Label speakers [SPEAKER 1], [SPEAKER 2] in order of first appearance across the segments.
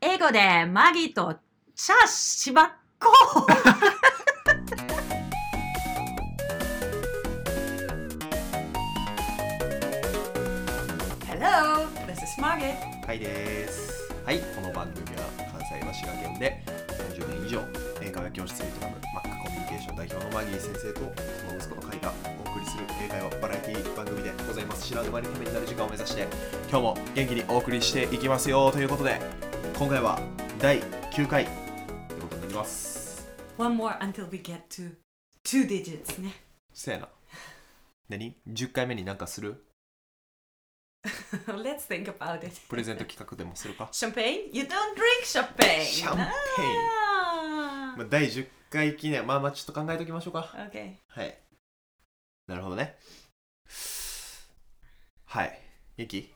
[SPEAKER 1] 後でマギとチャしばっこ Hello, this is Margit
[SPEAKER 2] はいですはいこの番組は関西橋が源で30年以上英会話教室に営むマックコミュニケーション代表のマギー先生とその息子の会がお送りする英会話バラエティ番組でございます知らぬ間にためになる時間を目指して今日も元気にお送りしていきますよということで今回は第9回ということになります
[SPEAKER 1] One more until we get to two digits ね
[SPEAKER 2] せやな何 ?10 回目になんかする
[SPEAKER 1] Let's think about it
[SPEAKER 2] プレゼント企画でもするか
[SPEAKER 1] Champagne? You don't drink champagne! Ah.
[SPEAKER 2] シャンペーン
[SPEAKER 1] あ
[SPEAKER 2] まあ第10回記念まあまあちょっと考えときましょうか
[SPEAKER 1] ー OK
[SPEAKER 2] はい。なるほどね。はい。ゆき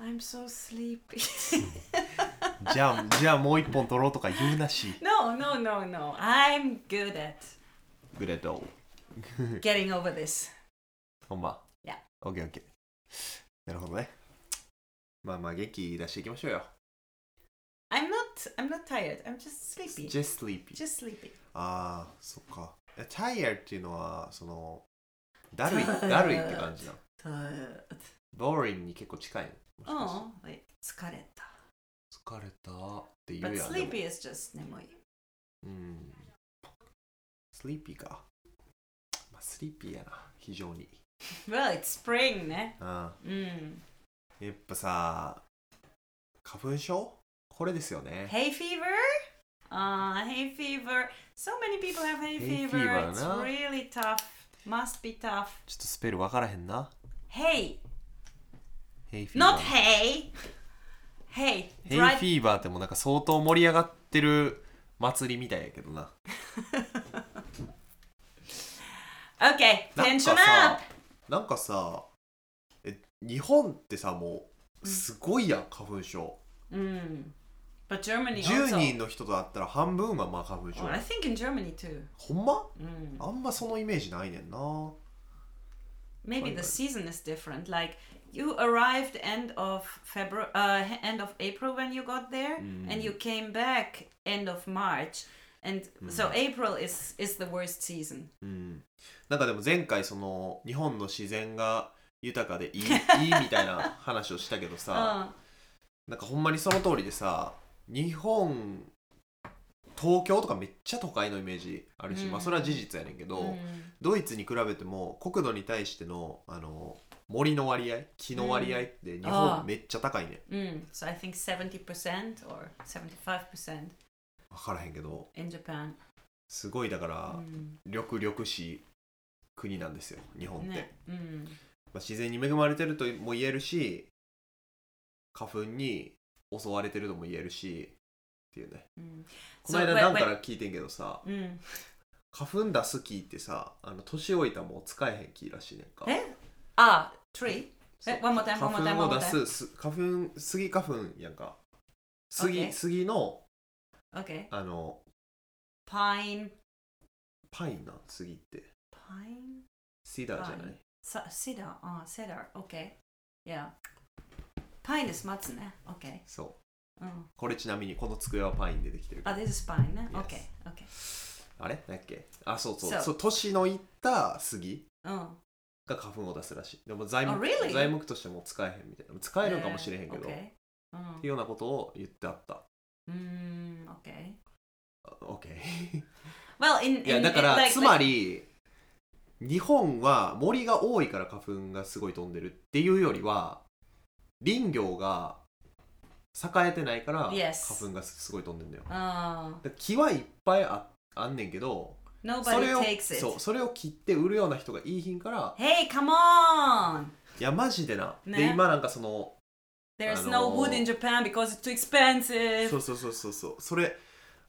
[SPEAKER 1] I'm so sleepy
[SPEAKER 2] じゃあ、じ ゃあもう一本取ろうとか言うなし。
[SPEAKER 1] No, no, no, no I'm good at
[SPEAKER 2] グレート。
[SPEAKER 1] getting over this
[SPEAKER 2] ほんま。
[SPEAKER 1] いや。
[SPEAKER 2] オッケーオッケー。なるほどね。まあまあ元気出していきましょうよ。
[SPEAKER 1] I'm not I'm not tired. I'm just sleepy. Just,
[SPEAKER 2] Just sleepy.
[SPEAKER 1] sleepy.
[SPEAKER 2] ああ、そっか。え tired っていうのは、その、だるい、だるいって感じなの。
[SPEAKER 1] tired.
[SPEAKER 2] boring に結構近いの。もしか
[SPEAKER 1] Oh, wait. 疲れた。
[SPEAKER 2] して疲れたって言
[SPEAKER 1] But
[SPEAKER 2] うやん。でも
[SPEAKER 1] sleepy is just 眠い。
[SPEAKER 2] うん。スリーピーか。まあ、スリーピーやな、非常に。
[SPEAKER 1] Well, it's spring Mm. ね。
[SPEAKER 2] うん。
[SPEAKER 1] うん。
[SPEAKER 2] やっぱさ、花粉症これですよね。
[SPEAKER 1] Hay fever? ああ、hay fever. So many people have hay
[SPEAKER 2] Hay
[SPEAKER 1] fever.
[SPEAKER 2] fever
[SPEAKER 1] It's
[SPEAKER 2] な
[SPEAKER 1] really tough. Must be tough.
[SPEAKER 2] ちょっとスペル分からへんな。
[SPEAKER 1] Hay.
[SPEAKER 2] ヘイフィー
[SPEAKER 1] Not
[SPEAKER 2] バー。
[SPEAKER 1] hay. Hay.
[SPEAKER 2] ヘイフィーバーってもうなんか相当盛り上がってる祭りみたいやけどな。
[SPEAKER 1] Okay.
[SPEAKER 2] なん
[SPEAKER 1] Tension
[SPEAKER 2] か
[SPEAKER 1] up.
[SPEAKER 2] さ、なんかさ、え日本ってさ、もう、すごいやん、花粉症。
[SPEAKER 1] うん。But Mm. Germany
[SPEAKER 2] 10
[SPEAKER 1] also.
[SPEAKER 2] 人の人と会ったら半分はまあ花粉症
[SPEAKER 1] Well,。I think in Germany too.
[SPEAKER 2] ほんま
[SPEAKER 1] うん。
[SPEAKER 2] あんまそのイメージないねんな。
[SPEAKER 1] Maybe the
[SPEAKER 2] Fine.
[SPEAKER 1] season is different. Like you arrived end of February, uh, h- end of April when you got there, and you came back end of March, and so April is is the worst season.
[SPEAKER 2] うん、なんかでも前回その日本の自然が豊か でいいいいみたいな話をしたけどさ、
[SPEAKER 1] Uh,
[SPEAKER 2] なんかほんまにその通りでさ日本東京とかめっちゃ都会のイメージあるし、
[SPEAKER 1] うん
[SPEAKER 2] まあそれは事実やねんけ
[SPEAKER 1] Oh.
[SPEAKER 2] ど、
[SPEAKER 1] うん
[SPEAKER 2] ドイツに比べても国土に対してのあの森の割合木の割合って日
[SPEAKER 1] ああ
[SPEAKER 2] 本めっちゃ高いねん、
[SPEAKER 1] mm, so I think seventy percent or seventy five percent
[SPEAKER 2] 分からへんけど
[SPEAKER 1] in Japan.
[SPEAKER 2] すごいだから、
[SPEAKER 1] Mm.
[SPEAKER 2] 緑々しい国なんですよ日本って。
[SPEAKER 1] ね Mm.
[SPEAKER 2] まあ、自然に恵まれてるとも言えるし花粉に襲われてるとも言えるしっていうね
[SPEAKER 1] Mm.
[SPEAKER 2] この間
[SPEAKER 1] when-
[SPEAKER 2] なんか
[SPEAKER 1] when-
[SPEAKER 2] ら聞いてんけどさ
[SPEAKER 1] Mm.
[SPEAKER 2] 花粉出すキーってさあの年老いたもう使えへんキーらしいねんか
[SPEAKER 1] え Ah, three.
[SPEAKER 2] そう
[SPEAKER 1] え one more time, one more
[SPEAKER 2] 花
[SPEAKER 1] time, one
[SPEAKER 2] 粉を
[SPEAKER 1] more
[SPEAKER 2] 出
[SPEAKER 1] time.
[SPEAKER 2] すす花粉杉花粉やんか杉、
[SPEAKER 1] Okay.
[SPEAKER 2] 杉の
[SPEAKER 1] Okay.
[SPEAKER 2] あの
[SPEAKER 1] Pine.
[SPEAKER 2] パインなん杉って
[SPEAKER 1] Pine.
[SPEAKER 2] シダーじゃない
[SPEAKER 1] Sa- Cedar, ah, cedar, okay. Yeah. Pine is eh? Mm. 松ね。Okay.
[SPEAKER 2] そう
[SPEAKER 1] うん。
[SPEAKER 2] これちなみにこの机はパインでできてる
[SPEAKER 1] あ、this is pine ね。
[SPEAKER 2] Yes.
[SPEAKER 1] eh? Okay, okay.
[SPEAKER 2] あれ何やっけあそうそう
[SPEAKER 1] そう
[SPEAKER 2] そう年のいった杉
[SPEAKER 1] うん。
[SPEAKER 2] が花粉を出すらしい。でも材
[SPEAKER 1] あ
[SPEAKER 2] 木
[SPEAKER 1] really？
[SPEAKER 2] 材木としても使えへんみたいな。使えるんかもしれへんけど、っ
[SPEAKER 1] えー okay.
[SPEAKER 2] ていうようなことを言ってあった。
[SPEAKER 1] うん。うーん、okay.
[SPEAKER 2] あ OK。
[SPEAKER 1] Well, in, in
[SPEAKER 2] いや、だから、
[SPEAKER 1] in, like,
[SPEAKER 2] つまり、日本は森が多いから花粉がすごい飛んでるっていうよりは、林業が栄えてないから花
[SPEAKER 1] Yes
[SPEAKER 2] 粉がすごい飛んでんだよ。だか
[SPEAKER 1] like, uh, うん
[SPEAKER 2] ら木はいっぱいああんねんけど、そ
[SPEAKER 1] nobody
[SPEAKER 2] れを
[SPEAKER 1] takes it.
[SPEAKER 2] そうそれを切って売るような人がいい品から、
[SPEAKER 1] Hey, come on!
[SPEAKER 2] いや、マジでな。
[SPEAKER 1] ね
[SPEAKER 2] で、今なんかその、
[SPEAKER 1] There's
[SPEAKER 2] あの
[SPEAKER 1] no
[SPEAKER 2] ー
[SPEAKER 1] wood in Japan because it's too expensive.
[SPEAKER 2] そうそうそうそうそうそれ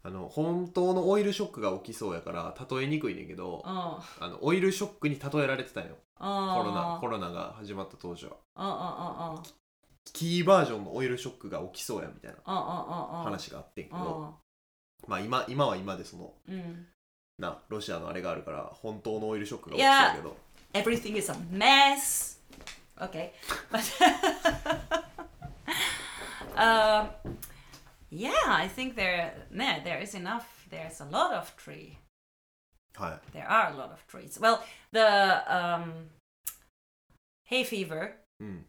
[SPEAKER 2] あの本当のオイルショックが起きそうやから例えにくいねんけど
[SPEAKER 1] うん。うん。
[SPEAKER 2] あのオイルショックに例えられてたよ
[SPEAKER 1] コ
[SPEAKER 2] コロナコ
[SPEAKER 1] ロ
[SPEAKER 2] ロナが始まった当時は
[SPEAKER 1] Oh, ナ。うんうんうんうん。
[SPEAKER 2] キーバージョンのオイルショックが起きそうやみたいな
[SPEAKER 1] うんうんうんうん。
[SPEAKER 2] 話があってんけ
[SPEAKER 1] う
[SPEAKER 2] ど
[SPEAKER 1] ん。
[SPEAKER 2] まあ今今は今でその
[SPEAKER 1] うん。
[SPEAKER 2] なロシアのあれがあるから本当のオイルショックが起きそうやけど
[SPEAKER 1] everything is a mess. Okay, but um, Yeah, I think there, nah, there is enough. There's a lot of tree.
[SPEAKER 2] は
[SPEAKER 1] There are a lot of trees. Well, the um, hay fever
[SPEAKER 2] い、うん、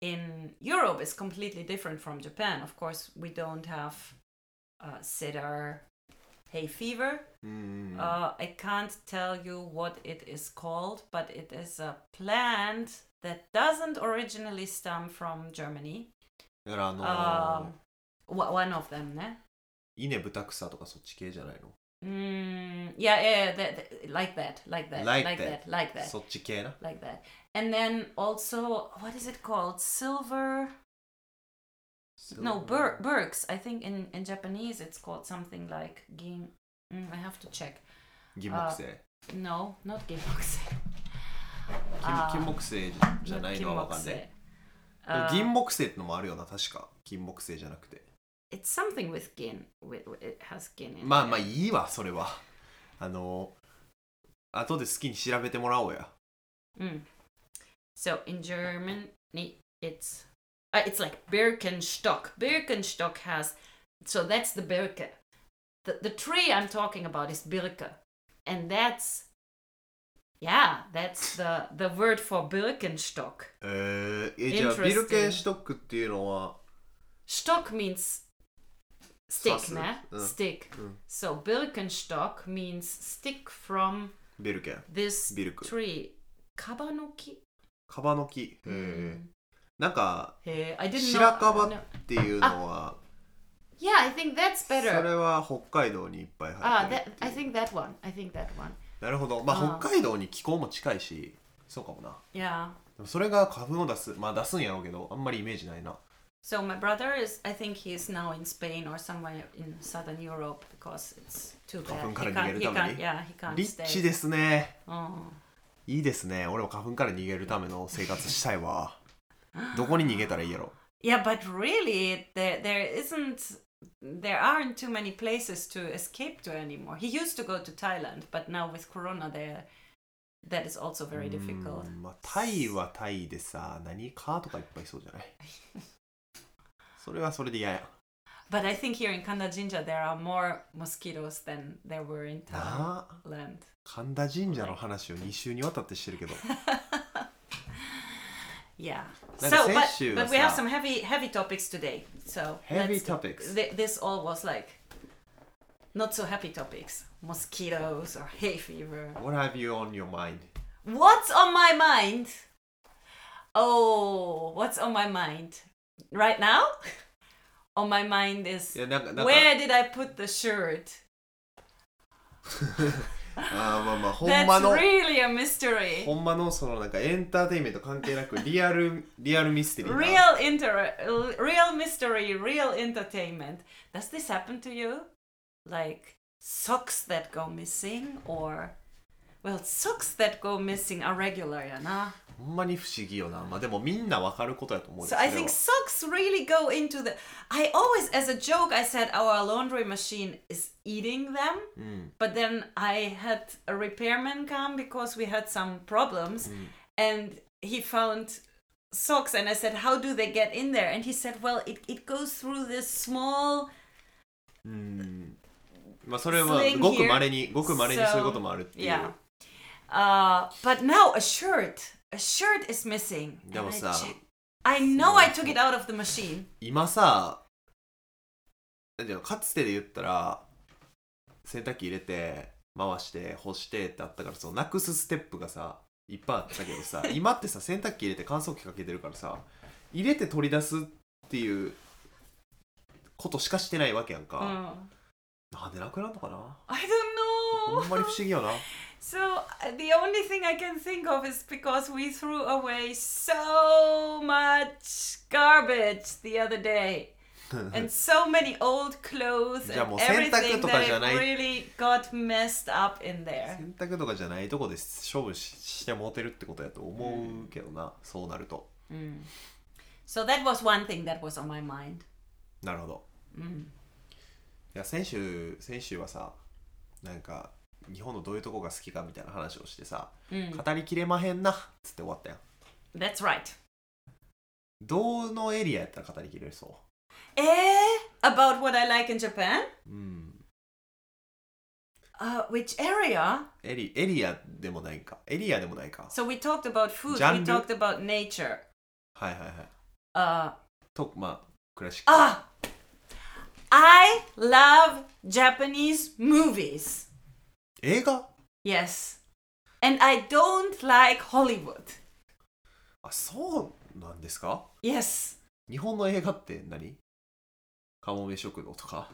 [SPEAKER 1] in Europe is completely different from Japan. Of course, we don't have uh, cedar hay fever.
[SPEAKER 2] うんうんうん
[SPEAKER 1] Uh, I can't tell you what it is called, but it is a plant that doesn't originally stem from Germany.
[SPEAKER 2] だからあの
[SPEAKER 1] Um,
[SPEAKER 2] ー
[SPEAKER 1] wa- one of them, ne?
[SPEAKER 2] 稲ブタクサとかそっち系じゃない
[SPEAKER 1] Mm, yeah, yeah, yeah that, that- like that, like that,
[SPEAKER 2] Like that.
[SPEAKER 1] that, like
[SPEAKER 2] の
[SPEAKER 1] that,
[SPEAKER 2] そっち系な
[SPEAKER 1] like that. And then also, what is it called? Silver? No, bur- Burks. I think in, in Japanese it's called something like gin. Mm, I have to check.
[SPEAKER 2] 金木星
[SPEAKER 1] No, not ginmokusei.
[SPEAKER 2] 金
[SPEAKER 1] Ah,
[SPEAKER 2] 金木星じゃないのはわかんない
[SPEAKER 1] ginmokusei.
[SPEAKER 2] でも
[SPEAKER 1] Uh,
[SPEAKER 2] 銀木星ってのもあるよな確か金木星じゃなくて
[SPEAKER 1] it's something with gin. With, with- it has gin in
[SPEAKER 2] まあ
[SPEAKER 1] it.
[SPEAKER 2] まあいいわそれはあのー後で好きに調べてもらおうや
[SPEAKER 1] Mm. So in Germany, it's uh, it's like Birkenstock. Birkenstock has so that's the Birke. The the tree I'm talking about is Birke, and that's yeah, that's the the word for Birkenstock.
[SPEAKER 2] えー、えじゃあ
[SPEAKER 1] Interesting.
[SPEAKER 2] ビルケンシュトックっていうのは
[SPEAKER 1] Stock means stick,
[SPEAKER 2] Sasu,
[SPEAKER 1] ne?
[SPEAKER 2] uh,
[SPEAKER 1] Stick.
[SPEAKER 2] mm.
[SPEAKER 1] So Birkenstock means stick from
[SPEAKER 2] ビルケン
[SPEAKER 1] this
[SPEAKER 2] Birke.
[SPEAKER 1] tree. Kabanoki.
[SPEAKER 2] カバの木、えーなんか
[SPEAKER 1] Hey, Eh, I didn't
[SPEAKER 2] 白
[SPEAKER 1] know.
[SPEAKER 2] 樺
[SPEAKER 1] no.
[SPEAKER 2] っていうのは
[SPEAKER 1] Yeah, I think that's
[SPEAKER 2] そ
[SPEAKER 1] better.
[SPEAKER 2] れは北海道にいっぱい生
[SPEAKER 1] Ah,
[SPEAKER 2] えてる
[SPEAKER 1] that
[SPEAKER 2] っていう
[SPEAKER 1] I think that one. I think that one.
[SPEAKER 2] なるほどまあ
[SPEAKER 1] あー
[SPEAKER 2] 北海道に気候も近いしそうかもな
[SPEAKER 1] Yeah.
[SPEAKER 2] でもそれが花粉を出すまあ出すんやろうけどあんまりイメージないな
[SPEAKER 1] So my brother is. I think he is now in Spain or somewhere in southern Europe because it's too bad. He
[SPEAKER 2] 花粉から逃げ
[SPEAKER 1] can't. He
[SPEAKER 2] るため
[SPEAKER 1] can't.
[SPEAKER 2] に。
[SPEAKER 1] Yeah, he can't
[SPEAKER 2] リッチ
[SPEAKER 1] stay.
[SPEAKER 2] ですね
[SPEAKER 1] Oh.
[SPEAKER 2] いいですね俺も花粉から逃げるための生活した いわどこに逃げたらいいやろ
[SPEAKER 1] Yeah, but really, there there isn't. There aren't too many places to escape to anymore. He used to go to Thailand, but now with Corona, there, that is also very
[SPEAKER 2] う
[SPEAKER 1] difficult.
[SPEAKER 2] んまあ、タイはタイでさ何かとかいっぱいいそうじゃないそれはそれで嫌や
[SPEAKER 1] But I think here in Kanda Jinja, there are more mosquitoes than there were in
[SPEAKER 2] なあ
[SPEAKER 1] Thailand.
[SPEAKER 2] 神田神社の話を2週にわたってしてるけど
[SPEAKER 1] Yeah.
[SPEAKER 2] Like
[SPEAKER 1] so,
[SPEAKER 2] the
[SPEAKER 1] but,
[SPEAKER 2] issue
[SPEAKER 1] but
[SPEAKER 2] was
[SPEAKER 1] we have
[SPEAKER 2] that-
[SPEAKER 1] some heavy heavy topics today. So
[SPEAKER 2] Heavy
[SPEAKER 1] let's-
[SPEAKER 2] topics.
[SPEAKER 1] Th- this all was like not so happy topics. Mosquitoes or hay fever.
[SPEAKER 2] What have you on your mind?
[SPEAKER 1] What's on my mind? Oh, what's on my mind right now? on my mind is
[SPEAKER 2] いやなんかなんか
[SPEAKER 1] where did I put the shirt?
[SPEAKER 2] あーまあまあほんま
[SPEAKER 1] That's
[SPEAKER 2] の
[SPEAKER 1] really a mystery.
[SPEAKER 2] ほんまのそのなんかエンターテインメント関係なくリアルリアルミステリーな
[SPEAKER 1] Real inter, real mystery, real entertainment. Does this happen to you? Like socks that go missing, or well, socks that go missing are regular, yeah, nah?
[SPEAKER 2] ほんまに不思議よなまあでもみんなわかることやと思うんです
[SPEAKER 1] So I
[SPEAKER 2] けど
[SPEAKER 1] think socks really go into the. I always, as a joke, I said our laundry machine is eating them.
[SPEAKER 2] うん、
[SPEAKER 1] But then I had a repairman come because we had some problems
[SPEAKER 2] Hmm.
[SPEAKER 1] and he found socks and I said, How do they get in there? And he said, Well, it, it goes through this small
[SPEAKER 2] うんまあそれは
[SPEAKER 1] Sling
[SPEAKER 2] ごくまれにごくまれに
[SPEAKER 1] So,
[SPEAKER 2] そういうこともあるっていう、
[SPEAKER 1] yeah. Uh, but now a shirt. A shirt is missing. And
[SPEAKER 2] That
[SPEAKER 1] I,
[SPEAKER 2] was, uh,
[SPEAKER 1] check- I know I took it out of the machine.
[SPEAKER 2] 今さなんていうのかつてで言ったら洗濯機入れて回して干してってあったからそのなくすステップがさいっぱいあったけど さ今ってさ洗濯機入れて乾燥機かけてるからさ入れて取り出すっていうことしかしてないわけやんか、
[SPEAKER 1] Mm.
[SPEAKER 2] なんでなくなるのかな
[SPEAKER 1] I don't know.
[SPEAKER 2] ほん まに不思議よな
[SPEAKER 1] So uh, the only thing I can think of is because we threw away so much garbage the other day. and so many old clothes
[SPEAKER 2] じゃあ
[SPEAKER 1] and
[SPEAKER 2] もう洗濯
[SPEAKER 1] everything
[SPEAKER 2] とか
[SPEAKER 1] that
[SPEAKER 2] じゃ
[SPEAKER 1] it
[SPEAKER 2] ない
[SPEAKER 1] really got messed up in there.
[SPEAKER 2] 洗濯とかじゃないとこで勝負ししてもうてるってことやと思うけどな、そうなると
[SPEAKER 1] Mm. So that was one thing that was on my mind. Mm.
[SPEAKER 2] なるほど、いや先週先週はさなんか日本のどういうとこが好きかみたいな話をしてさ、
[SPEAKER 1] Mm.
[SPEAKER 2] 語りきれまへんなっつって終わったやん
[SPEAKER 1] That's right.
[SPEAKER 2] どのエリアやったら語りきれそう
[SPEAKER 1] Eh? about what I like in Japan,
[SPEAKER 2] うん、
[SPEAKER 1] uh, which area?
[SPEAKER 2] エリエリアでもないかエリアでもないか
[SPEAKER 1] So we talked about food, we
[SPEAKER 2] Genre.
[SPEAKER 1] talked about nature.
[SPEAKER 2] はいはいはい
[SPEAKER 1] Uh,
[SPEAKER 2] とまあクラシック
[SPEAKER 1] ah, I love Japanese movies.
[SPEAKER 2] 映画
[SPEAKER 1] Yes. And I don't like Hollywood.
[SPEAKER 2] あそうなんですか
[SPEAKER 1] Yes.
[SPEAKER 2] 日本の映画って何カモメ食堂とか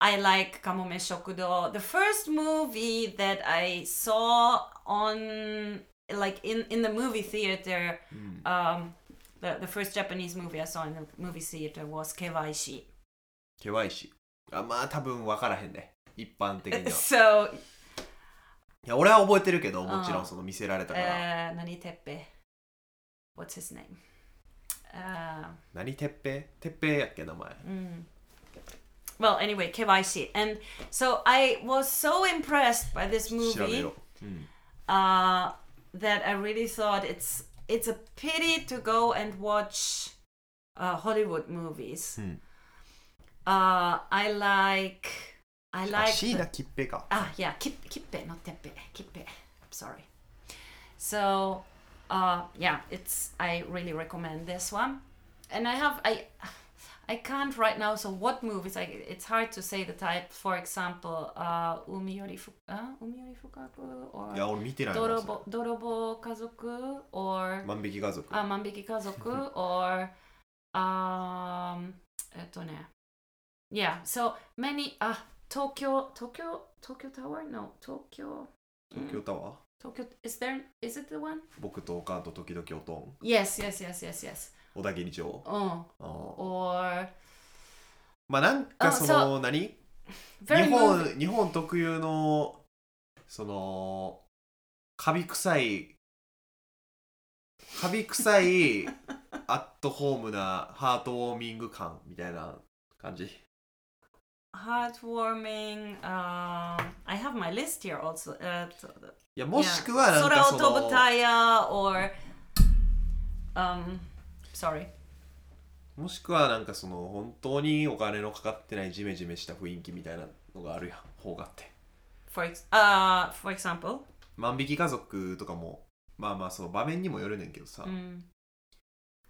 [SPEAKER 1] I like Kamome Shokudo. The first movie that I saw on like in in the movie theater, um the, the first Japanese movie I saw in the movie theater was Kewaishi.
[SPEAKER 2] 険しいあまあ多分分からへんね一般的には い
[SPEAKER 1] So,
[SPEAKER 2] や俺は覚えてるけどもちろ
[SPEAKER 1] あー
[SPEAKER 2] んその見せられ
[SPEAKER 1] uh,
[SPEAKER 2] たから、
[SPEAKER 1] Nani Teppe. What's his name? Uh,
[SPEAKER 2] 何てっぺいてっぺいやっけ名前
[SPEAKER 1] Mm. Well, anyway, KYC. And so I was so impressed by this
[SPEAKER 2] 調べ
[SPEAKER 1] movie
[SPEAKER 2] ろ、うん、
[SPEAKER 1] uh, that I really thought it's it's a pity to go and watch uh, Hollywood movies.
[SPEAKER 2] Hmm.
[SPEAKER 1] Uh, I like I
[SPEAKER 2] あ
[SPEAKER 1] like
[SPEAKER 2] 椎
[SPEAKER 1] the-
[SPEAKER 2] 名桔平か
[SPEAKER 1] Ah, yeah, kip, kippe, not teppe, kippe. Sorry. So, uh, yeah, it's I really recommend this one, and I have I, I can't right now. So what movies? I it's hard to say the type. For example, uh, Umiyori Fu, uh, Umiyori Fukaku
[SPEAKER 2] い
[SPEAKER 1] uh, or
[SPEAKER 2] や俺見てないなそ
[SPEAKER 1] Dorobo Dorobo Kazoku
[SPEAKER 2] れ
[SPEAKER 1] or
[SPEAKER 2] 万引き家族
[SPEAKER 1] あ万引き家族 or um えっとね yeah so many あ東京東京東京タワー no 東京
[SPEAKER 2] 東京タワー
[SPEAKER 1] 東京 is there is it the one
[SPEAKER 2] 僕とおかんと時々おとん
[SPEAKER 1] yes yes yes yes yes
[SPEAKER 2] 小田切城
[SPEAKER 1] うん
[SPEAKER 2] あー
[SPEAKER 1] or
[SPEAKER 2] まあなんかそ
[SPEAKER 1] あ
[SPEAKER 2] の何日
[SPEAKER 1] very
[SPEAKER 2] 本
[SPEAKER 1] movie-
[SPEAKER 2] 日本特有のそのカビ臭いカビ臭いアットホームなハートウォーミング感みたいな感じ
[SPEAKER 1] heartwarming um I have my list here also uh, t-
[SPEAKER 2] い
[SPEAKER 1] yeah.
[SPEAKER 2] やもしくはなんかそ
[SPEAKER 1] 空を飛ぶ
[SPEAKER 2] の
[SPEAKER 1] タイヤ or um sorry
[SPEAKER 2] もしくはなんかその本当にお金のかかってないジメジメした雰囲気みたいなのがあるやん方があって
[SPEAKER 1] for ex- uh for example
[SPEAKER 2] 万引き家族とかもまあまあその場面にもよるねんけどさ、
[SPEAKER 1] うん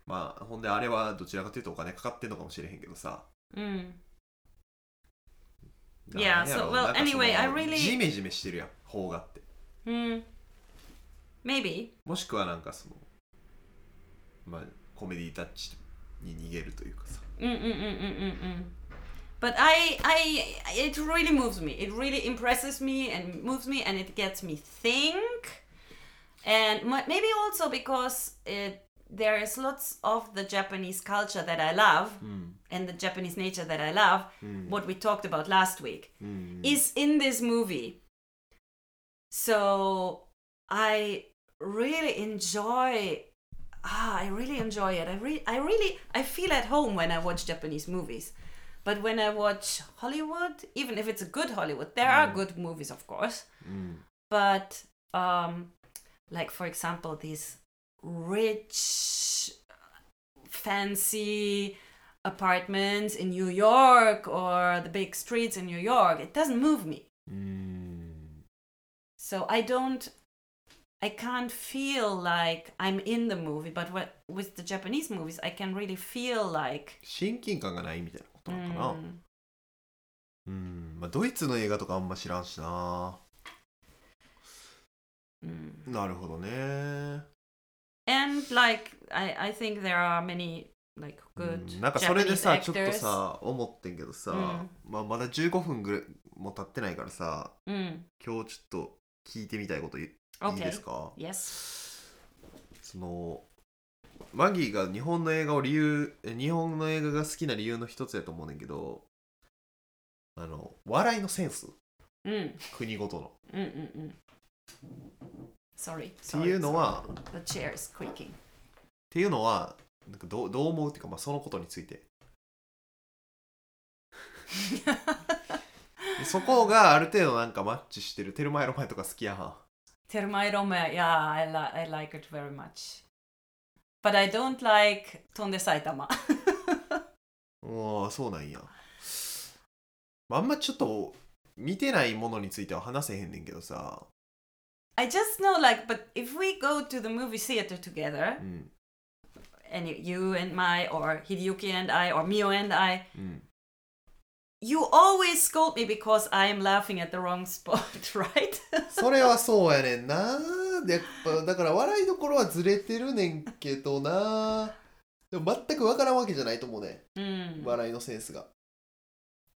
[SPEAKER 2] まあほんであれはどちらかというとお金かかってんのかもしれへんけどさ
[SPEAKER 1] Mm.
[SPEAKER 2] なんや
[SPEAKER 1] Yeah, so,
[SPEAKER 2] ろ
[SPEAKER 1] well,
[SPEAKER 2] なんかその
[SPEAKER 1] anyway, I really-
[SPEAKER 2] ジメジメしてるやん方がって
[SPEAKER 1] Mm. Maybe.
[SPEAKER 2] もしくはなんかそのまあコメディタッチに逃げるというかさ
[SPEAKER 1] Mm, mm, mm, mm, mm, mm. But I, I, it really moves me. It really impresses me and moves me, and it gets me think. And mi- maybe also because it, there is lots of the Japanese culture that I love and the Japanese nature that I love. What we talked about last week
[SPEAKER 2] うん
[SPEAKER 1] is in this movie. So I really enjoy ah, I really enjoy it. I really I really I feel at home when I watch Japanese movies. But when I watch Hollywood, even if it's a good Hollywood, there are good movies of course.
[SPEAKER 2] うん、
[SPEAKER 1] But um like for example these rich fancy apartments in New York or the big streets in New York, it doesn't move me.
[SPEAKER 2] うん、
[SPEAKER 1] So I don't, I can't feel like I'm in the movie. But what, with the Japanese movies, I can really feel like.
[SPEAKER 2] 親近感がないみたいなことなのかな
[SPEAKER 1] mm,
[SPEAKER 2] うん、まあ、ドイツの映画とかあんま知らんしな
[SPEAKER 1] mm.
[SPEAKER 2] なるほどね
[SPEAKER 1] And like, I, I think there are many like
[SPEAKER 2] う
[SPEAKER 1] good.
[SPEAKER 2] Mm, んなんかそれで
[SPEAKER 1] Japanese
[SPEAKER 2] さちょっと
[SPEAKER 1] actors.
[SPEAKER 2] さ思ってんけどさ、
[SPEAKER 1] う
[SPEAKER 2] まあ、まだ15分ぐらいも経ってないからさ
[SPEAKER 1] Mm.
[SPEAKER 2] 今日ちょっと聞いてみたいこといいいい
[SPEAKER 1] Okay.
[SPEAKER 2] ですか
[SPEAKER 1] Yes.
[SPEAKER 2] そのマギーが日本の映画を理由え日本の映画が好きな理由の一つやと思うねんけどあの笑いのセンス
[SPEAKER 1] Mm.
[SPEAKER 2] 国ごとの
[SPEAKER 1] Mm, mm, mm. Sorry.
[SPEAKER 2] ってい
[SPEAKER 1] Sorry.
[SPEAKER 2] うのは
[SPEAKER 1] sorry. The chair is creaking.
[SPEAKER 2] っていうのはなんかどうどう思うっていうか、まあ、そのことについてでそこがある程度なんかマッチしてるテルマエロマエとか好きやん
[SPEAKER 1] Termai Rome, yeah, I, li- I like it very much. But I don't like Tonde Saitama.
[SPEAKER 2] うああそうなんやまああんまちょっと見てないものについては話せへんねんけどさ
[SPEAKER 1] I just know, like, but if we go to the movie theater together,
[SPEAKER 2] うん、
[SPEAKER 1] and you and my, or Hideyuki and I, or Mio and I,
[SPEAKER 2] うん、
[SPEAKER 1] you always scold me because I am laughing at the wrong spot, right?
[SPEAKER 2] それはそうやねんなでやっぱだから笑いどころはずれてるねんけどなでも全く分からんわけじゃないと思うね
[SPEAKER 1] mm.
[SPEAKER 2] 笑いのセンスが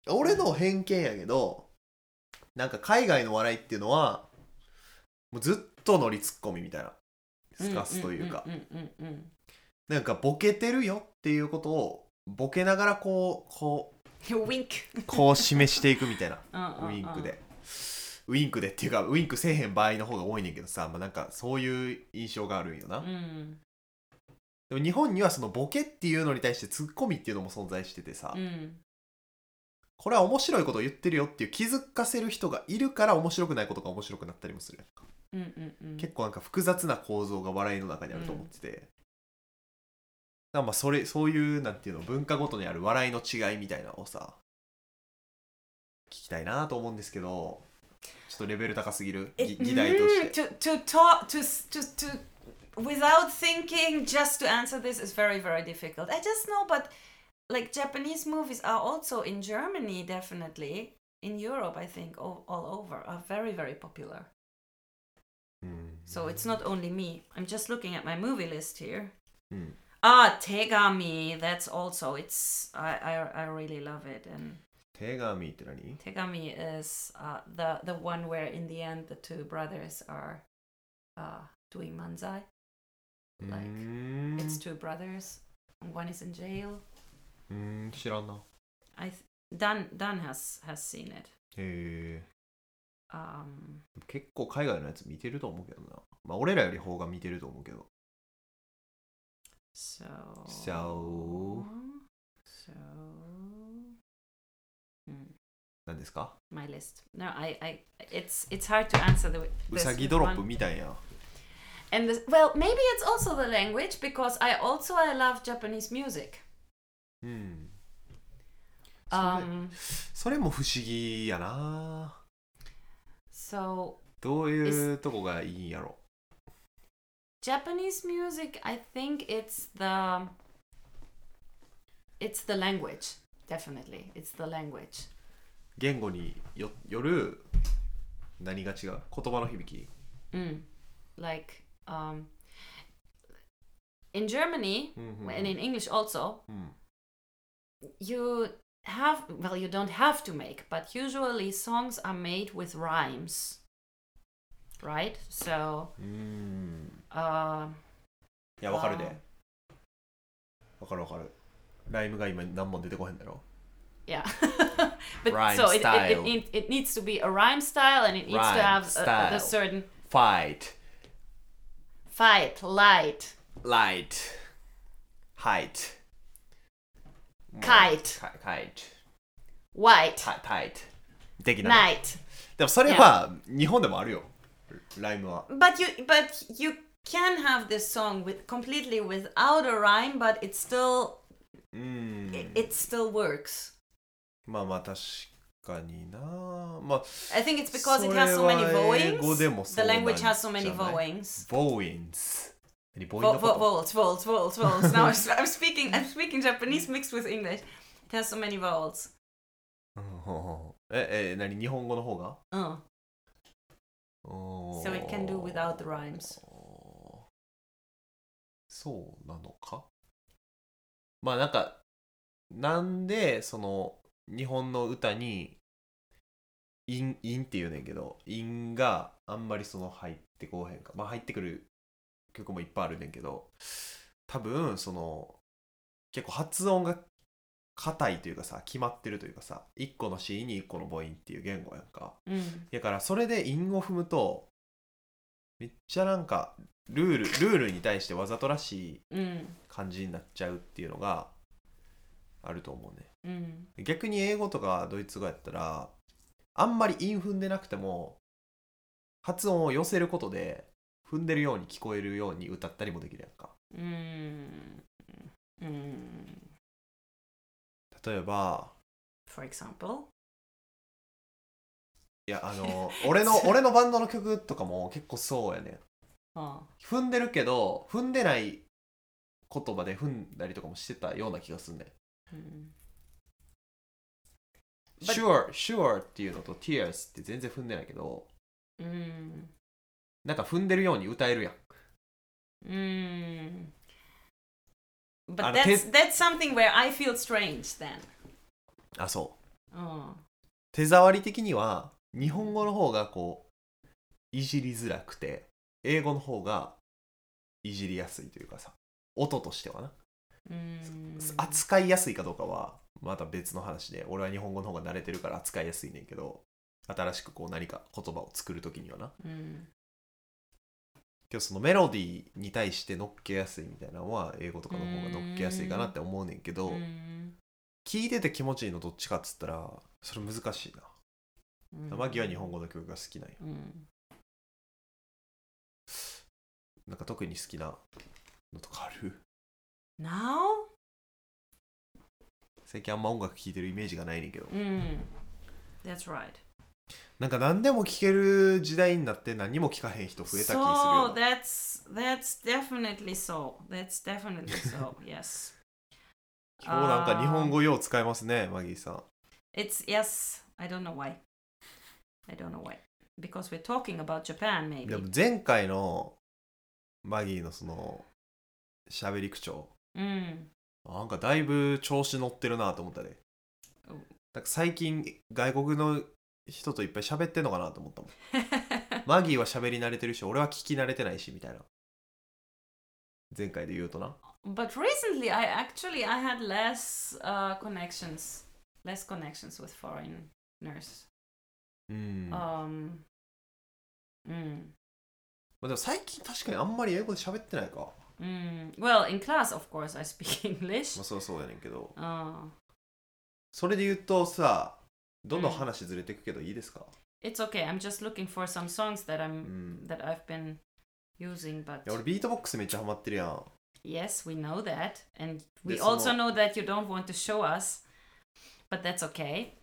[SPEAKER 2] 俺の偏見やけどなんか海外の笑いっていうのはもうずっとノリツッコミみたいなすかすというか
[SPEAKER 1] Mm, mm, mm, mm,
[SPEAKER 2] なんかボケてるよっていうことをボケながらこうこ
[SPEAKER 1] mm. Wink.
[SPEAKER 2] うこう示していくみたい な
[SPEAKER 1] Uh, uh,
[SPEAKER 2] ウイン
[SPEAKER 1] uh.
[SPEAKER 2] クでウインクでっていうかウインクせえへん場合の方が多いねんけどさ、まあ、なんかそういう印象があるんよな
[SPEAKER 1] Mm,
[SPEAKER 2] でも日本にはそのボケっていうのに対してツッコミっていうのも存在しててさ
[SPEAKER 1] mm,
[SPEAKER 2] これは面白いことを言ってるよっていう気づかせる人がいるから面白くないことが面白くなったりもする
[SPEAKER 1] mm, mm, mm.
[SPEAKER 2] 結構なんか複雑な構造が笑いの中にあると思ってて、だからまあそれそういうなんていうの文化ごとにある笑いの違いみたいなのをさ聞きたいなと思うんですけどちょっとレベル高すぎるぎ
[SPEAKER 1] It-
[SPEAKER 2] 議題として
[SPEAKER 1] mm, to to talk to s- to to without thinking just to answer this is very very difficult. I just know, but like Japanese movies are also in Germany definitely in Europe. I think all, all over are very very popular.
[SPEAKER 2] うん、
[SPEAKER 1] So it's not only me. I'm just looking at my movie list here.
[SPEAKER 2] うん、
[SPEAKER 1] Ah, Tegami. That's also it's I I, I really love it and.
[SPEAKER 2] 手紙って何
[SPEAKER 1] Tegami is uh, the the one where in the end the two brothers are uh, doing manzai.
[SPEAKER 2] う
[SPEAKER 1] Like,
[SPEAKER 2] ーん
[SPEAKER 1] It's two brothers. One is in jail.
[SPEAKER 2] うーん知らんなへ
[SPEAKER 1] I th- Dan Dan has has seen it.
[SPEAKER 2] え
[SPEAKER 1] Um,
[SPEAKER 2] 結構海外のやつ見てると思うけどなまあ俺らより方が見てると思うけど
[SPEAKER 1] so
[SPEAKER 2] So?
[SPEAKER 1] so hmm,
[SPEAKER 2] 何ですか
[SPEAKER 1] my list. No, I I it's it's hard to answer the.
[SPEAKER 2] う
[SPEAKER 1] this
[SPEAKER 2] さぎドロッ
[SPEAKER 1] one.
[SPEAKER 2] プ見たんや
[SPEAKER 1] And this, well, maybe it's also the language because I also I love Japanese music.
[SPEAKER 2] うんそれ
[SPEAKER 1] Um,
[SPEAKER 2] それも不思議やな
[SPEAKER 1] so
[SPEAKER 2] どういうとこがいいんやろ
[SPEAKER 1] Japanese music, I think it's the it's the language. Definitely, it's the language.
[SPEAKER 2] 言語によよる何が違う言葉の響き
[SPEAKER 1] Mm. Like um, in Germany
[SPEAKER 2] うんうんうん
[SPEAKER 1] and in English also,
[SPEAKER 2] うん、
[SPEAKER 1] you have well, you don't have to make, but usually songs are made with rhymes, right? So,
[SPEAKER 2] うーん
[SPEAKER 1] uh,
[SPEAKER 2] いやわかるで
[SPEAKER 1] あー
[SPEAKER 2] わかるわかるライムが今何も出てこへんだろ
[SPEAKER 1] yeah, but
[SPEAKER 2] Rhyme
[SPEAKER 1] so it, it,
[SPEAKER 2] style.
[SPEAKER 1] it, need- it needs to be a rhyme style, and it needs
[SPEAKER 2] Rhyme
[SPEAKER 1] to have a- a,
[SPEAKER 2] style.
[SPEAKER 1] a certain
[SPEAKER 2] Fight
[SPEAKER 1] Fight, light,
[SPEAKER 2] Light Height
[SPEAKER 1] Kite
[SPEAKER 2] か Kite
[SPEAKER 1] white,
[SPEAKER 2] Ti- Tight できない
[SPEAKER 1] night.
[SPEAKER 2] でもそれは日本でもあるよライムは
[SPEAKER 1] But you but you can have this song with completely without a rhyme, but it still
[SPEAKER 2] うーん
[SPEAKER 1] it, it still works.
[SPEAKER 2] まあまあ確かになまあ
[SPEAKER 1] I think it's because it has so many
[SPEAKER 2] それは英語
[SPEAKER 1] vowings.
[SPEAKER 2] でも
[SPEAKER 1] The
[SPEAKER 2] そうな
[SPEAKER 1] language
[SPEAKER 2] ん
[SPEAKER 1] has so
[SPEAKER 2] じ
[SPEAKER 1] many
[SPEAKER 2] ゃない
[SPEAKER 1] vowings.
[SPEAKER 2] Vowings 何
[SPEAKER 1] Vo-
[SPEAKER 2] 母音のこ
[SPEAKER 1] vo-
[SPEAKER 2] と
[SPEAKER 1] vowels, vowels, vowels, vowels. Now I'm, s- I'm speaking I'm speaking Japanese mixed with English. It has so many vowels.
[SPEAKER 2] うんほうほうほうええ何日本語の方が
[SPEAKER 1] Uh,
[SPEAKER 2] そ
[SPEAKER 1] So it can do without the rhymes.
[SPEAKER 2] そうなのかまあなんかなんでその日本の歌に「韻」韻って言うねんけど「韻」があんまりその入ってこうへんかまあ入ってくる曲もいっぱいあるねんけど多分その結構発音が硬いというかさ決まってるというかさ1個の子音に1個の母音っていう言語やんか。
[SPEAKER 1] mm.
[SPEAKER 2] だからそれで韻を踏むとめっちゃなんかルールルールに対してわざとらしい
[SPEAKER 1] Mm.
[SPEAKER 2] 感じになっちゃうっていうのがあると思うね
[SPEAKER 1] Mm.
[SPEAKER 2] 逆に英語とかドイツ語やったらあんまり韻踏んでなくても発音を寄せることで踏んでるように聞こえるように歌ったりもできるやんか
[SPEAKER 1] Mm. Mm.
[SPEAKER 2] 例例えば
[SPEAKER 1] for example
[SPEAKER 2] いやあの俺の俺のバンドの曲とかも結構そうやねん
[SPEAKER 1] あ
[SPEAKER 2] 踏んでるけど踏んでない言葉で踏んだりとかもしてたような気がすんねん
[SPEAKER 1] あ、うん、But-
[SPEAKER 2] Sure, sure っていうのと Tears って全然踏んでないけど
[SPEAKER 1] うん
[SPEAKER 2] なんか踏んでるように歌えるやん
[SPEAKER 1] Mm. But
[SPEAKER 2] Ah, the
[SPEAKER 1] that's that's something where I feel strange then.
[SPEAKER 2] あそう
[SPEAKER 1] Oh.
[SPEAKER 2] 手触り的には日本語の方がこういじりづらくて英語の方がいじりやすいというかさ音としてはな
[SPEAKER 1] Mm.
[SPEAKER 2] 扱いやすいかどうかはまた別の話で俺は日本語の方が慣れてるから扱いやすいねんけど新しくこう何か言葉を作る時にはな
[SPEAKER 1] Mm.
[SPEAKER 2] けどそのメロディーに対して乗っけやすいみたいなのは英語とかの方が乗っけやすいかなって思うねんけど
[SPEAKER 1] Mm.
[SPEAKER 2] 聞いてて気持ちいいのどっちかっつったらそれ難しいな
[SPEAKER 1] Mm.
[SPEAKER 2] マギは日本語の曲が好きなんよ
[SPEAKER 1] Mm.
[SPEAKER 2] なんか特に好きなのとかある
[SPEAKER 1] Now?
[SPEAKER 2] 最近あんま音楽聴いてるイメージがないねんけど
[SPEAKER 1] Mm. That's right.
[SPEAKER 2] なんか何でも聴ける時代になって何も聴かへん人増えた気するよ
[SPEAKER 1] So
[SPEAKER 2] な
[SPEAKER 1] that's that's definitely so. That's definitely so. yes.
[SPEAKER 2] 今日なんか日本語よう使いますねマギーさん
[SPEAKER 1] It's yes. I don't know why. I don't know why. Because we're talking about Japan, maybe.
[SPEAKER 2] でも前回のマギーのその喋り口調
[SPEAKER 1] Mm.
[SPEAKER 2] なんかだいぶ調子乗ってるなと思ったで
[SPEAKER 1] お
[SPEAKER 2] なんか最近外国の人といっぱい喋ってんのかなと思 ったもん
[SPEAKER 1] Mm.
[SPEAKER 2] マギーは喋り慣れてるし俺は聞き慣れてないしみたいな前回で言うとな
[SPEAKER 1] but recently i actually i had less uh, connections less connections with foreigners
[SPEAKER 2] うん、ま
[SPEAKER 1] um mm,
[SPEAKER 2] あ、でも最近確かにあんまり英語で喋ってないかま
[SPEAKER 1] mm. well in class of course i speak english
[SPEAKER 2] あそりゃそうやねんけど
[SPEAKER 1] uh,
[SPEAKER 2] それで言うとさどんどん話ずれていくけどいいですか、
[SPEAKER 1] it's okay i'm just looking for some songs that
[SPEAKER 2] う
[SPEAKER 1] i'm
[SPEAKER 2] ん、
[SPEAKER 1] that i've been using
[SPEAKER 2] いや俺
[SPEAKER 1] but
[SPEAKER 2] ビートボックスめっちゃハマってるやん
[SPEAKER 1] yes we know that and we
[SPEAKER 2] There's some
[SPEAKER 1] also
[SPEAKER 2] more-
[SPEAKER 1] know that you don't want to show us but that's okay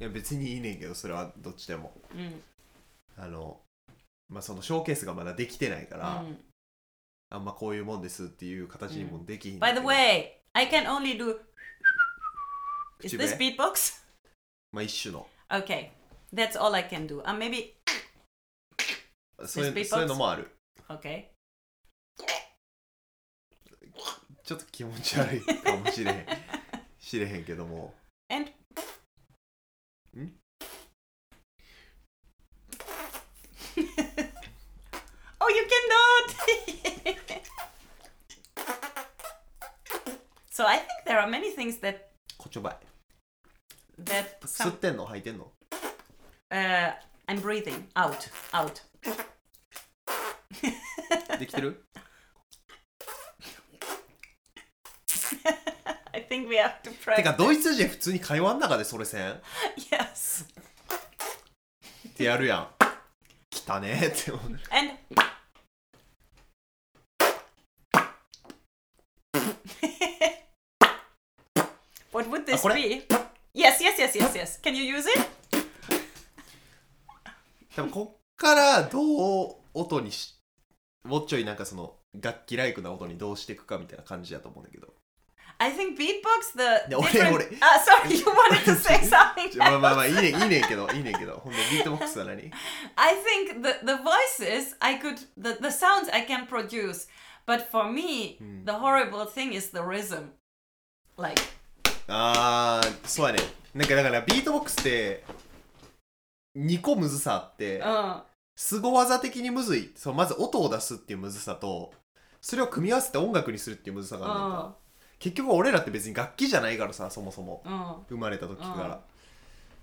[SPEAKER 2] いや別にいいねんけどそれはどっちでも
[SPEAKER 1] mm,
[SPEAKER 2] あのまあそのショーケースがまだできてないから、
[SPEAKER 1] mm.
[SPEAKER 2] あんまこういうもんですっていう形にもできひんねん
[SPEAKER 1] by
[SPEAKER 2] け
[SPEAKER 1] the
[SPEAKER 2] ど
[SPEAKER 1] way i can only do is
[SPEAKER 2] 口
[SPEAKER 1] this
[SPEAKER 2] 笛
[SPEAKER 1] beatbox
[SPEAKER 2] まあ一種の
[SPEAKER 1] Okay, that's all I can do. Uh, maybe
[SPEAKER 2] そういう
[SPEAKER 1] beatbox？
[SPEAKER 2] そういうのもある
[SPEAKER 1] okay.
[SPEAKER 2] ちょっと気持ち悪いかもしれへん知れへんけども
[SPEAKER 1] And
[SPEAKER 2] ん
[SPEAKER 1] oh, you cannot. so I think there are many things that
[SPEAKER 2] こちょばい
[SPEAKER 1] that
[SPEAKER 2] 吸っ
[SPEAKER 1] some
[SPEAKER 2] てんの吐いてんの
[SPEAKER 1] uh, I'm breathing out, out.
[SPEAKER 2] でき てる
[SPEAKER 1] I think we have to
[SPEAKER 2] てか
[SPEAKER 1] practice.
[SPEAKER 2] ドイツ人普通に会話の中でそれせんっ
[SPEAKER 1] Yes.
[SPEAKER 2] てやるやん来たねーって思う
[SPEAKER 1] And what would this
[SPEAKER 2] Ah, what-
[SPEAKER 1] be? Yes, yes, yes, yes, yes. Can you use it?
[SPEAKER 2] 多分こっからどう音にしもうちょいなんかその楽器ライクな音にどうしていくかみたいな感じだと思うんだけど
[SPEAKER 1] I think beatbox the
[SPEAKER 2] No, wait,
[SPEAKER 1] different.
[SPEAKER 2] wait.
[SPEAKER 1] Ah, sorry, you wanted to say something.
[SPEAKER 2] ちょまあまあまあいいねんいいねんけどいいねんけどほんでビートボックスは何
[SPEAKER 1] I think the the voices I could the the sounds I can produce, but for me
[SPEAKER 2] Hmm.
[SPEAKER 1] the horrible thing is the rhythm, like
[SPEAKER 2] あーそうやねなんかだからビートボックスって2個むずさあって
[SPEAKER 1] uh,
[SPEAKER 2] 凄技的にむずいそうまず音を出すっていうむずさとそれを組み合わせて音楽にするっていうむずさがあるねんか
[SPEAKER 1] uh,
[SPEAKER 2] 結局俺らって別に楽器じゃないからさそもそも
[SPEAKER 1] uh.
[SPEAKER 2] 生まれた時か
[SPEAKER 1] うん
[SPEAKER 2] ら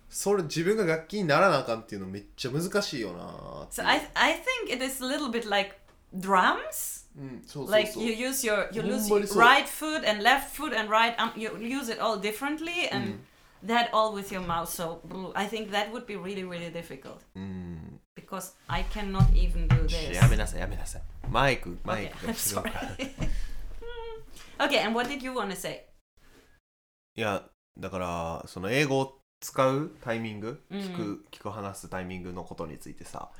[SPEAKER 2] それ自分が楽器にならなあかんっていうのめっちゃ難しいよなーって
[SPEAKER 1] So
[SPEAKER 2] いう
[SPEAKER 1] I I think it is a little bit like drums.
[SPEAKER 2] うんそうそう
[SPEAKER 1] like
[SPEAKER 2] そう
[SPEAKER 1] you use your you lose
[SPEAKER 2] Homebody
[SPEAKER 1] your
[SPEAKER 2] soul.
[SPEAKER 1] right foot and left foot and right arm you use it all differently and that all with your mouth so bro, i think that would be really really difficult
[SPEAKER 2] うん
[SPEAKER 1] because i cannot even do
[SPEAKER 2] ちょ
[SPEAKER 1] this
[SPEAKER 2] やめなさいやめなさいマイクマイ
[SPEAKER 1] okay
[SPEAKER 2] ク
[SPEAKER 1] i'm
[SPEAKER 2] が
[SPEAKER 1] sorry
[SPEAKER 2] 違うから
[SPEAKER 1] okay and what did you want to say
[SPEAKER 2] いやだからその英語を使うタイミング
[SPEAKER 1] うん
[SPEAKER 2] 聞く,、聞く話すタイミングのことについてさ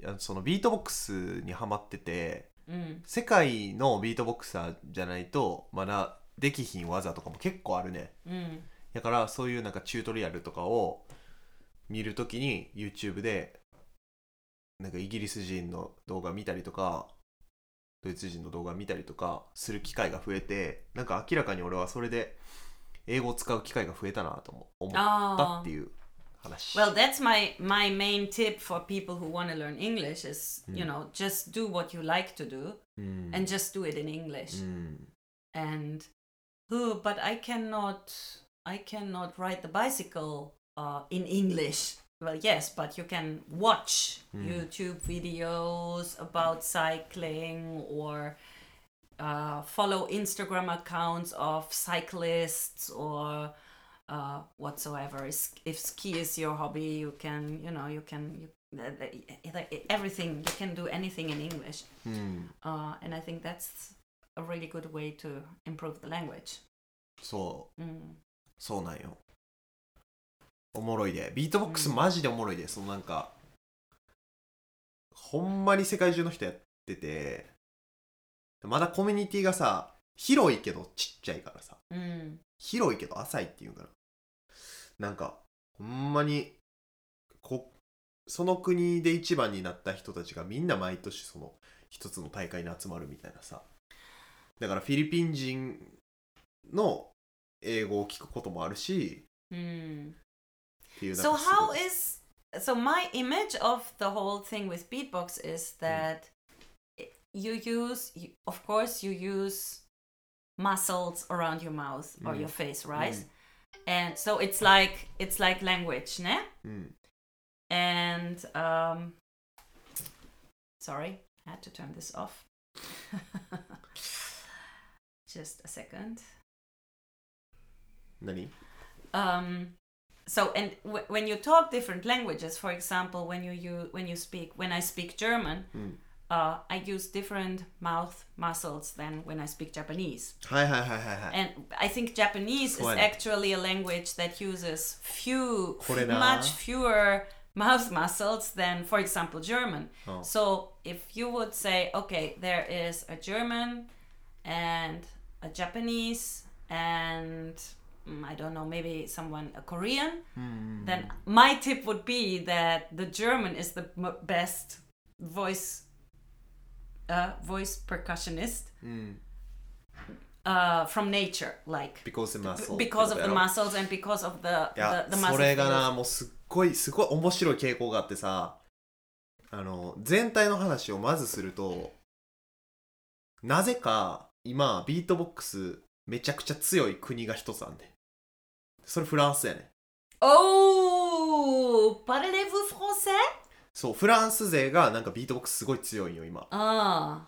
[SPEAKER 2] いやそのビートボックスにハマってて
[SPEAKER 1] うん
[SPEAKER 2] 世界のビートボクサーじゃないとまだできひん技とかも結構あるね
[SPEAKER 1] うん
[SPEAKER 2] だからそういうなんかチュートリアルとかを見るときに YouTube でなんかイギリス人の動画見たりとかドイツ人の動画見たりとかする機会が増えてなんか明らかに俺はそれで英語を使う機会が増えたなとも思った
[SPEAKER 1] ああ
[SPEAKER 2] っていう話
[SPEAKER 1] Well, that's my my main tip for people who want to learn English is you
[SPEAKER 2] Mm.
[SPEAKER 1] know just do what you like to do
[SPEAKER 2] うん、
[SPEAKER 1] and just do it in English.
[SPEAKER 2] うん、
[SPEAKER 1] And who? But I cannot I cannot ride the bicycle uh, in English. Well, yes, but you can watch
[SPEAKER 2] Mm.
[SPEAKER 1] YouTube videos about cycling or uh, follow Instagram accounts of cyclists or uh, whatsoever. S- If ski is your hobby, you can, you know, you can, you, uh, the- everything, you can do anything in English.
[SPEAKER 2] うん、
[SPEAKER 1] Uh, and I think that's a really good way to improve the language.
[SPEAKER 2] そう
[SPEAKER 1] Mm.
[SPEAKER 2] そうなんよ。おもろいで。ビートボックスマジでおもろいで。そのなんか、ほんまに世界中の人やってて、まだコミュニティがさ、広いけどちっちゃいからさ、
[SPEAKER 1] Mm.
[SPEAKER 2] 広いけど浅いっていうんかな。なんか、ほんまに、こ、その国で一番になった人たちがみんな毎年その一つの大会に集まるみたいなさ。だからフィリピン人の英語を聞くこともあるし、
[SPEAKER 1] Mm.
[SPEAKER 2] っていうなん
[SPEAKER 1] So
[SPEAKER 2] かす
[SPEAKER 1] how
[SPEAKER 2] ごい
[SPEAKER 1] is so my image of the whole thing with beatbox
[SPEAKER 2] Mm.
[SPEAKER 1] is that i- you use you, of course you use muscles around your mouth or
[SPEAKER 2] Mm.
[SPEAKER 1] your face right
[SPEAKER 2] Mm.
[SPEAKER 1] and so it's like it's like language ne
[SPEAKER 2] うん、
[SPEAKER 1] and um sorry I had to turn this off just a second
[SPEAKER 2] 何
[SPEAKER 1] um so and w- when you talk different languages for example when you, you when you speak when i speak german
[SPEAKER 2] うん。
[SPEAKER 1] uh, i use different mouth muscles than when i speak japanese
[SPEAKER 2] はいはいはいはいはい。
[SPEAKER 1] and i think japanese is
[SPEAKER 2] Well.
[SPEAKER 1] actually a language that uses few
[SPEAKER 2] これな
[SPEAKER 1] much fewer mouth muscles than for example german
[SPEAKER 2] うん
[SPEAKER 1] so if you would say, okay, there is a German and a Japanese and mm, I don't know, maybe someone a Korean,
[SPEAKER 2] うん、
[SPEAKER 1] then my tip would be that the German is the m- best voice uh, voice percussionist
[SPEAKER 2] うん。
[SPEAKER 1] uh, from nature, like b-
[SPEAKER 2] because the muscle.
[SPEAKER 1] because of the
[SPEAKER 2] マス
[SPEAKER 1] muscles and because of the
[SPEAKER 2] いや
[SPEAKER 1] the, the
[SPEAKER 2] そ
[SPEAKER 1] muscle
[SPEAKER 2] れが
[SPEAKER 1] fields.
[SPEAKER 2] な、もうすっごい、すごい面白い傾向があってさ、あの、全体の話をまずすると、なぜか今、ビートボックスめちゃくちゃ強い国が一つあんねん。それフランスやねん。
[SPEAKER 1] Oh, parlez-vous français?
[SPEAKER 2] そう、フランス勢がなんかビートボックスすごい強いんよ、今。
[SPEAKER 1] Ah,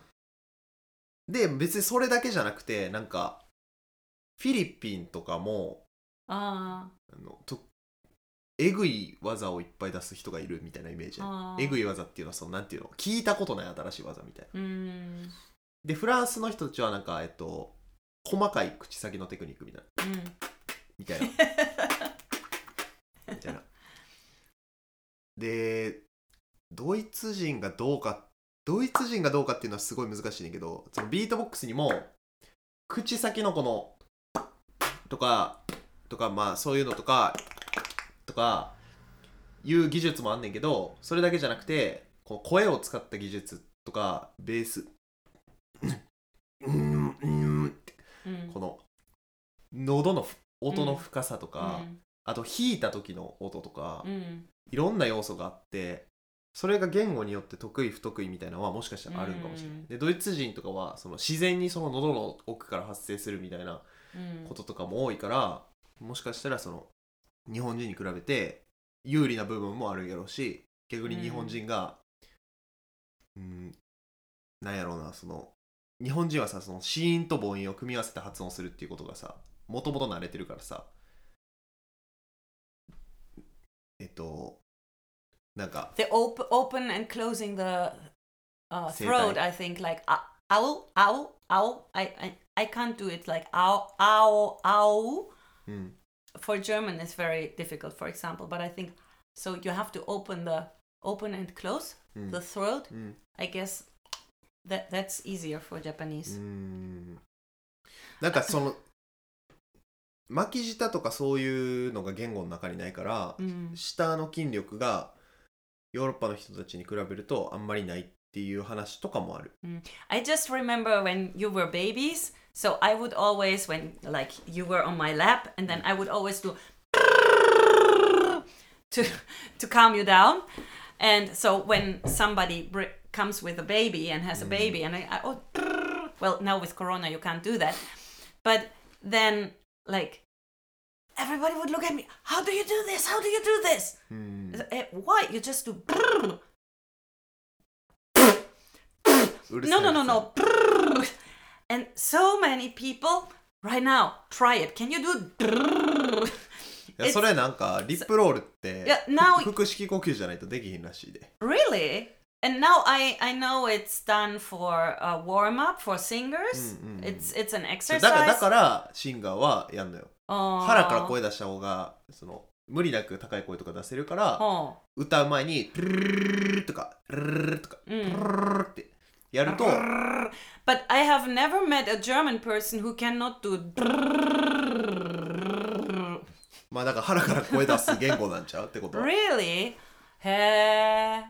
[SPEAKER 2] で、別にそれだけじゃなくて、なんか、フィリピンとかも、
[SPEAKER 1] ah,
[SPEAKER 2] あのとえぐい技をいっぱい出す人がいるみたいなイメージやね
[SPEAKER 1] あー
[SPEAKER 2] えぐい技っていうのはそのなんていうの聞いたことない新しい技みたいな
[SPEAKER 1] mm,
[SPEAKER 2] でフランスの人たちはなんかえっと細かい口先のテクニックみたいな
[SPEAKER 1] mm.
[SPEAKER 2] みたいなみたいなでドイツ人がどうかドイツ人がどうかっていうのはすごい難しいねんだけどそのビートボックスにも口先のこのとかとかまあそういうのとかとかいう技術もあんねんけどそれだけじゃなくてこう声を使った技術とかベースうんうんってこの喉のふ音の深さとか、あと弾いた時の音とか、いろんな要素があってそれが言語によって得意不得意みたいなのはもしかしたらあるんかもしれない、
[SPEAKER 1] うん
[SPEAKER 2] でドイツ人とかはその自然にその喉の奥から発生するみたいなこととかも多いからもしかしたらその日本人に比べて有利な部分もあるやろうし逆に日本人がうんなんやろうなその日本人はさその子音と母音を組み合わせて発音するっていうことがさもともと慣れてるからさえっとなんか
[SPEAKER 1] The op- open and closing the uh,
[SPEAKER 2] Say
[SPEAKER 1] throat,
[SPEAKER 2] bye.
[SPEAKER 1] I think, like uh, ow, ow, ow. I, I, I can't do it like ow, ow, ow.
[SPEAKER 2] うん
[SPEAKER 1] for German is very difficult, for example. But I think so. You have to open the open and close the throat.
[SPEAKER 2] うん
[SPEAKER 1] I guess that that's easier for Japanese.
[SPEAKER 2] うんなんかその巻き舌とかそういうのが言語の中にないから、
[SPEAKER 1] Mm.
[SPEAKER 2] 舌の筋力がヨーロッパの人たちに比べるとあんまりないっていう話とかもある。
[SPEAKER 1] I just remember when you were babies. So I would always, when like you were on my lap, and then I would always do to to calm you down. And so when somebody br- comes with a baby and has a baby, and I, I oh, well now with Corona you can't do that, but then like everybody would look at me. How do you do this? How do you do this?
[SPEAKER 2] うん
[SPEAKER 1] Eh, Why you just do?
[SPEAKER 2] うるさ
[SPEAKER 1] No,
[SPEAKER 2] い
[SPEAKER 1] no, no, no. Brrrr. And so many people right now try it. Can you do? brrrr?
[SPEAKER 2] いやそれなんかリップロールって
[SPEAKER 1] いや now-
[SPEAKER 2] 腹式呼吸じゃないとできひんらしいで。
[SPEAKER 1] Really? And now I I know it's done for a warm up for singers.
[SPEAKER 2] Mm, mm, mm.
[SPEAKER 1] It's it's an
[SPEAKER 2] そう
[SPEAKER 1] exercise.
[SPEAKER 2] だからだからシンガーはやんのよ。
[SPEAKER 1] Oh.
[SPEAKER 2] 腹から声出した方がその無理なく高い声とか出せるから。
[SPEAKER 1] Oh.
[SPEAKER 2] 歌う前に「プルルルルル」とか「プルルルルル」とか「プルルルルル」ってやると
[SPEAKER 1] Mm. But I have never met a German person who cannot do. brrrr.
[SPEAKER 2] まあだから腹から声出す言語なんちゃうってことは
[SPEAKER 1] Really? Hey.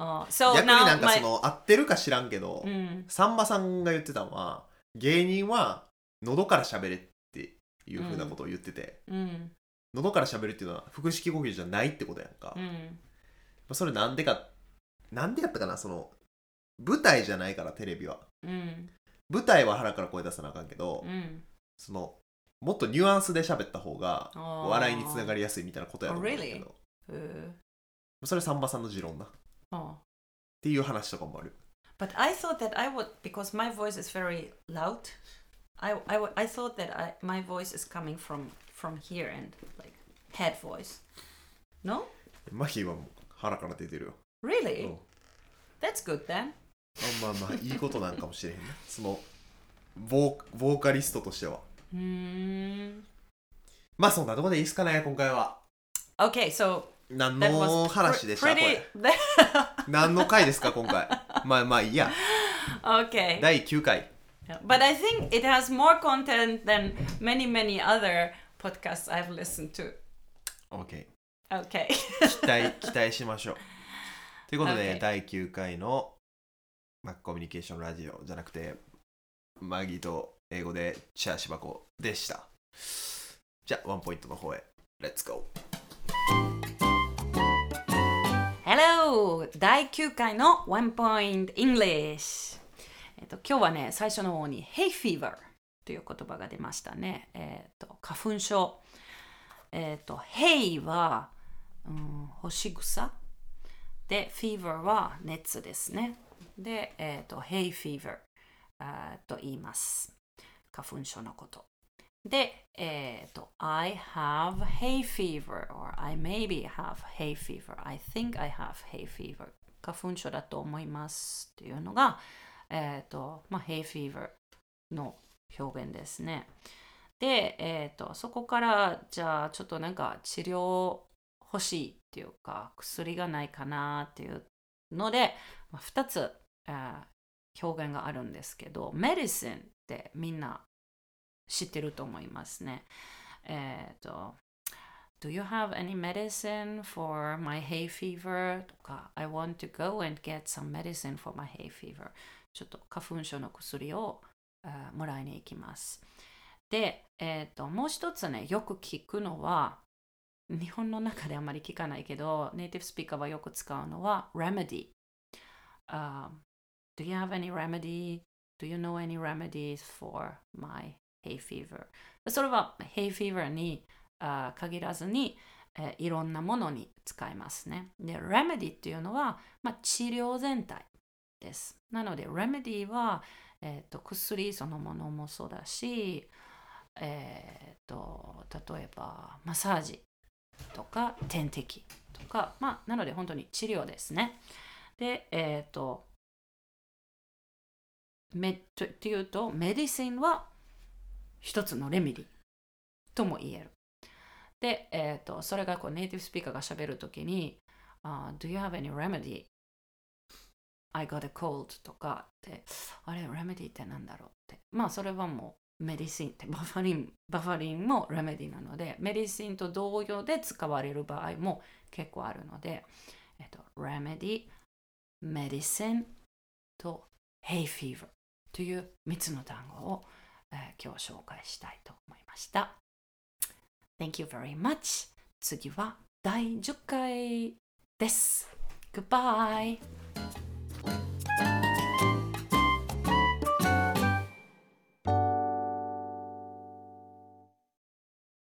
[SPEAKER 1] Oh. So
[SPEAKER 2] 逆に
[SPEAKER 1] now
[SPEAKER 2] なんか
[SPEAKER 1] my.
[SPEAKER 2] その合ってるか知らんけど
[SPEAKER 1] Mm.
[SPEAKER 2] さんまさんが言ってたのは芸人は喉から喋れっていうふうなことを言ってて
[SPEAKER 1] Mm.
[SPEAKER 2] 喉から喋るっていうのは腹式呼吸じゃないってことやんかま
[SPEAKER 1] Mm.
[SPEAKER 2] あそれなんでかなんでやったかなその舞台じゃないからテレビは
[SPEAKER 1] Mm.
[SPEAKER 2] 舞台は腹から声出さなあかんけど
[SPEAKER 1] Mm.
[SPEAKER 2] そのもっとニュアンスで喋った方が
[SPEAKER 1] あー
[SPEAKER 2] 笑いにつながりやすいみたいなことやと思うんだけ
[SPEAKER 1] Oh,
[SPEAKER 2] ど
[SPEAKER 1] really? うん
[SPEAKER 2] それさんまさんの持論なっ
[SPEAKER 1] ああ
[SPEAKER 2] ていう話とかもある
[SPEAKER 1] Oh. But I thought that I would because my voice is very loud. I I, would- I thought that I my voice is coming from from here and like head voice. No,
[SPEAKER 2] マヒーはもう腹から出てるよ
[SPEAKER 1] really?
[SPEAKER 2] うん
[SPEAKER 1] That's good then.
[SPEAKER 2] あまあまあいいことなんかもしれへんな そのボーボーカリストとしては
[SPEAKER 1] Hmm.
[SPEAKER 2] まあそんなとこでいいっすかね今回は
[SPEAKER 1] Okay, so
[SPEAKER 2] 何
[SPEAKER 1] that
[SPEAKER 2] の
[SPEAKER 1] was pre-
[SPEAKER 2] 話でしたこ
[SPEAKER 1] pretty.
[SPEAKER 2] れ何の回です か今回まあまあいいや
[SPEAKER 1] okay.
[SPEAKER 2] 第9回
[SPEAKER 1] But I think it has more content than many many other podcasts I've listened to.
[SPEAKER 2] OK
[SPEAKER 1] Okay.
[SPEAKER 2] 期待 期待しましょうということで、
[SPEAKER 1] Okay
[SPEAKER 2] 第9回のマックコミュニケーションラジオじゃなくてマギーと英語でチャーシバコでしたじゃあワンポイントの方へレッツゴ
[SPEAKER 1] Hello! 第9回の One Point English、えっと、今日はね最初の方に Hay Fever という言葉が出ましたね、えっと花粉症えっと Hay は、うん、干し草で Fever は熱ですねで、えっと Hay Fever あーと言います花粉症のことで、えっと、I have hay fever or I maybe have hay fever. I think I have hay fever. 花粉症だと思いますっていうのが、えっと、まあ、hay fever の表現ですね。で、えっと、そこから、じゃあ、ちょっとなんか治療欲しいっていうか、薬がないかなっていうので、まあ、2つ、えー表現があるんですけど、medicine ってみんな知ってると思いますね。えっ、と、Do you have any medicine for my hay fever? とか、I want to go and get some medicine for my hay fever. ちょっと花粉症の薬を、あーもらいに行きます。で、えっ、と、もう一つね、よく聞くのは、日本の中であまり聞かないけど、ネイティブスピーカーはよく使うのは、remedy。あー Do you have any remedy? Do you know any remedies for my hay fever? それは hay fever にあー限らずに、えーいろんなものに使いますね。で、remedy っていうのは、まあ、治療全体です。なので、remedy は、えー、と薬そのものもそうだし、えー、と例えばマッサージとか点滴とか、まあ、なので本当に治療ですね。で、えっ、と、めとっていうとメディシンは一つのレメディとも言える。で、えー、とそれがこうネイティブスピーカーが喋るときに、あー Do you have any remedy? I got a cold とかって、あれ、remedy ってなんだろうって。まあ、それはもう、メディシンって、バファリン、バファリンも remedy なので、メディシンと同様で使われる場合も結構あるので、えっと、remedy、medicine と hay fever という3つの単語を、えー今日紹介したいと思いました。Thank you very much. 次は第10回です。Goodbye!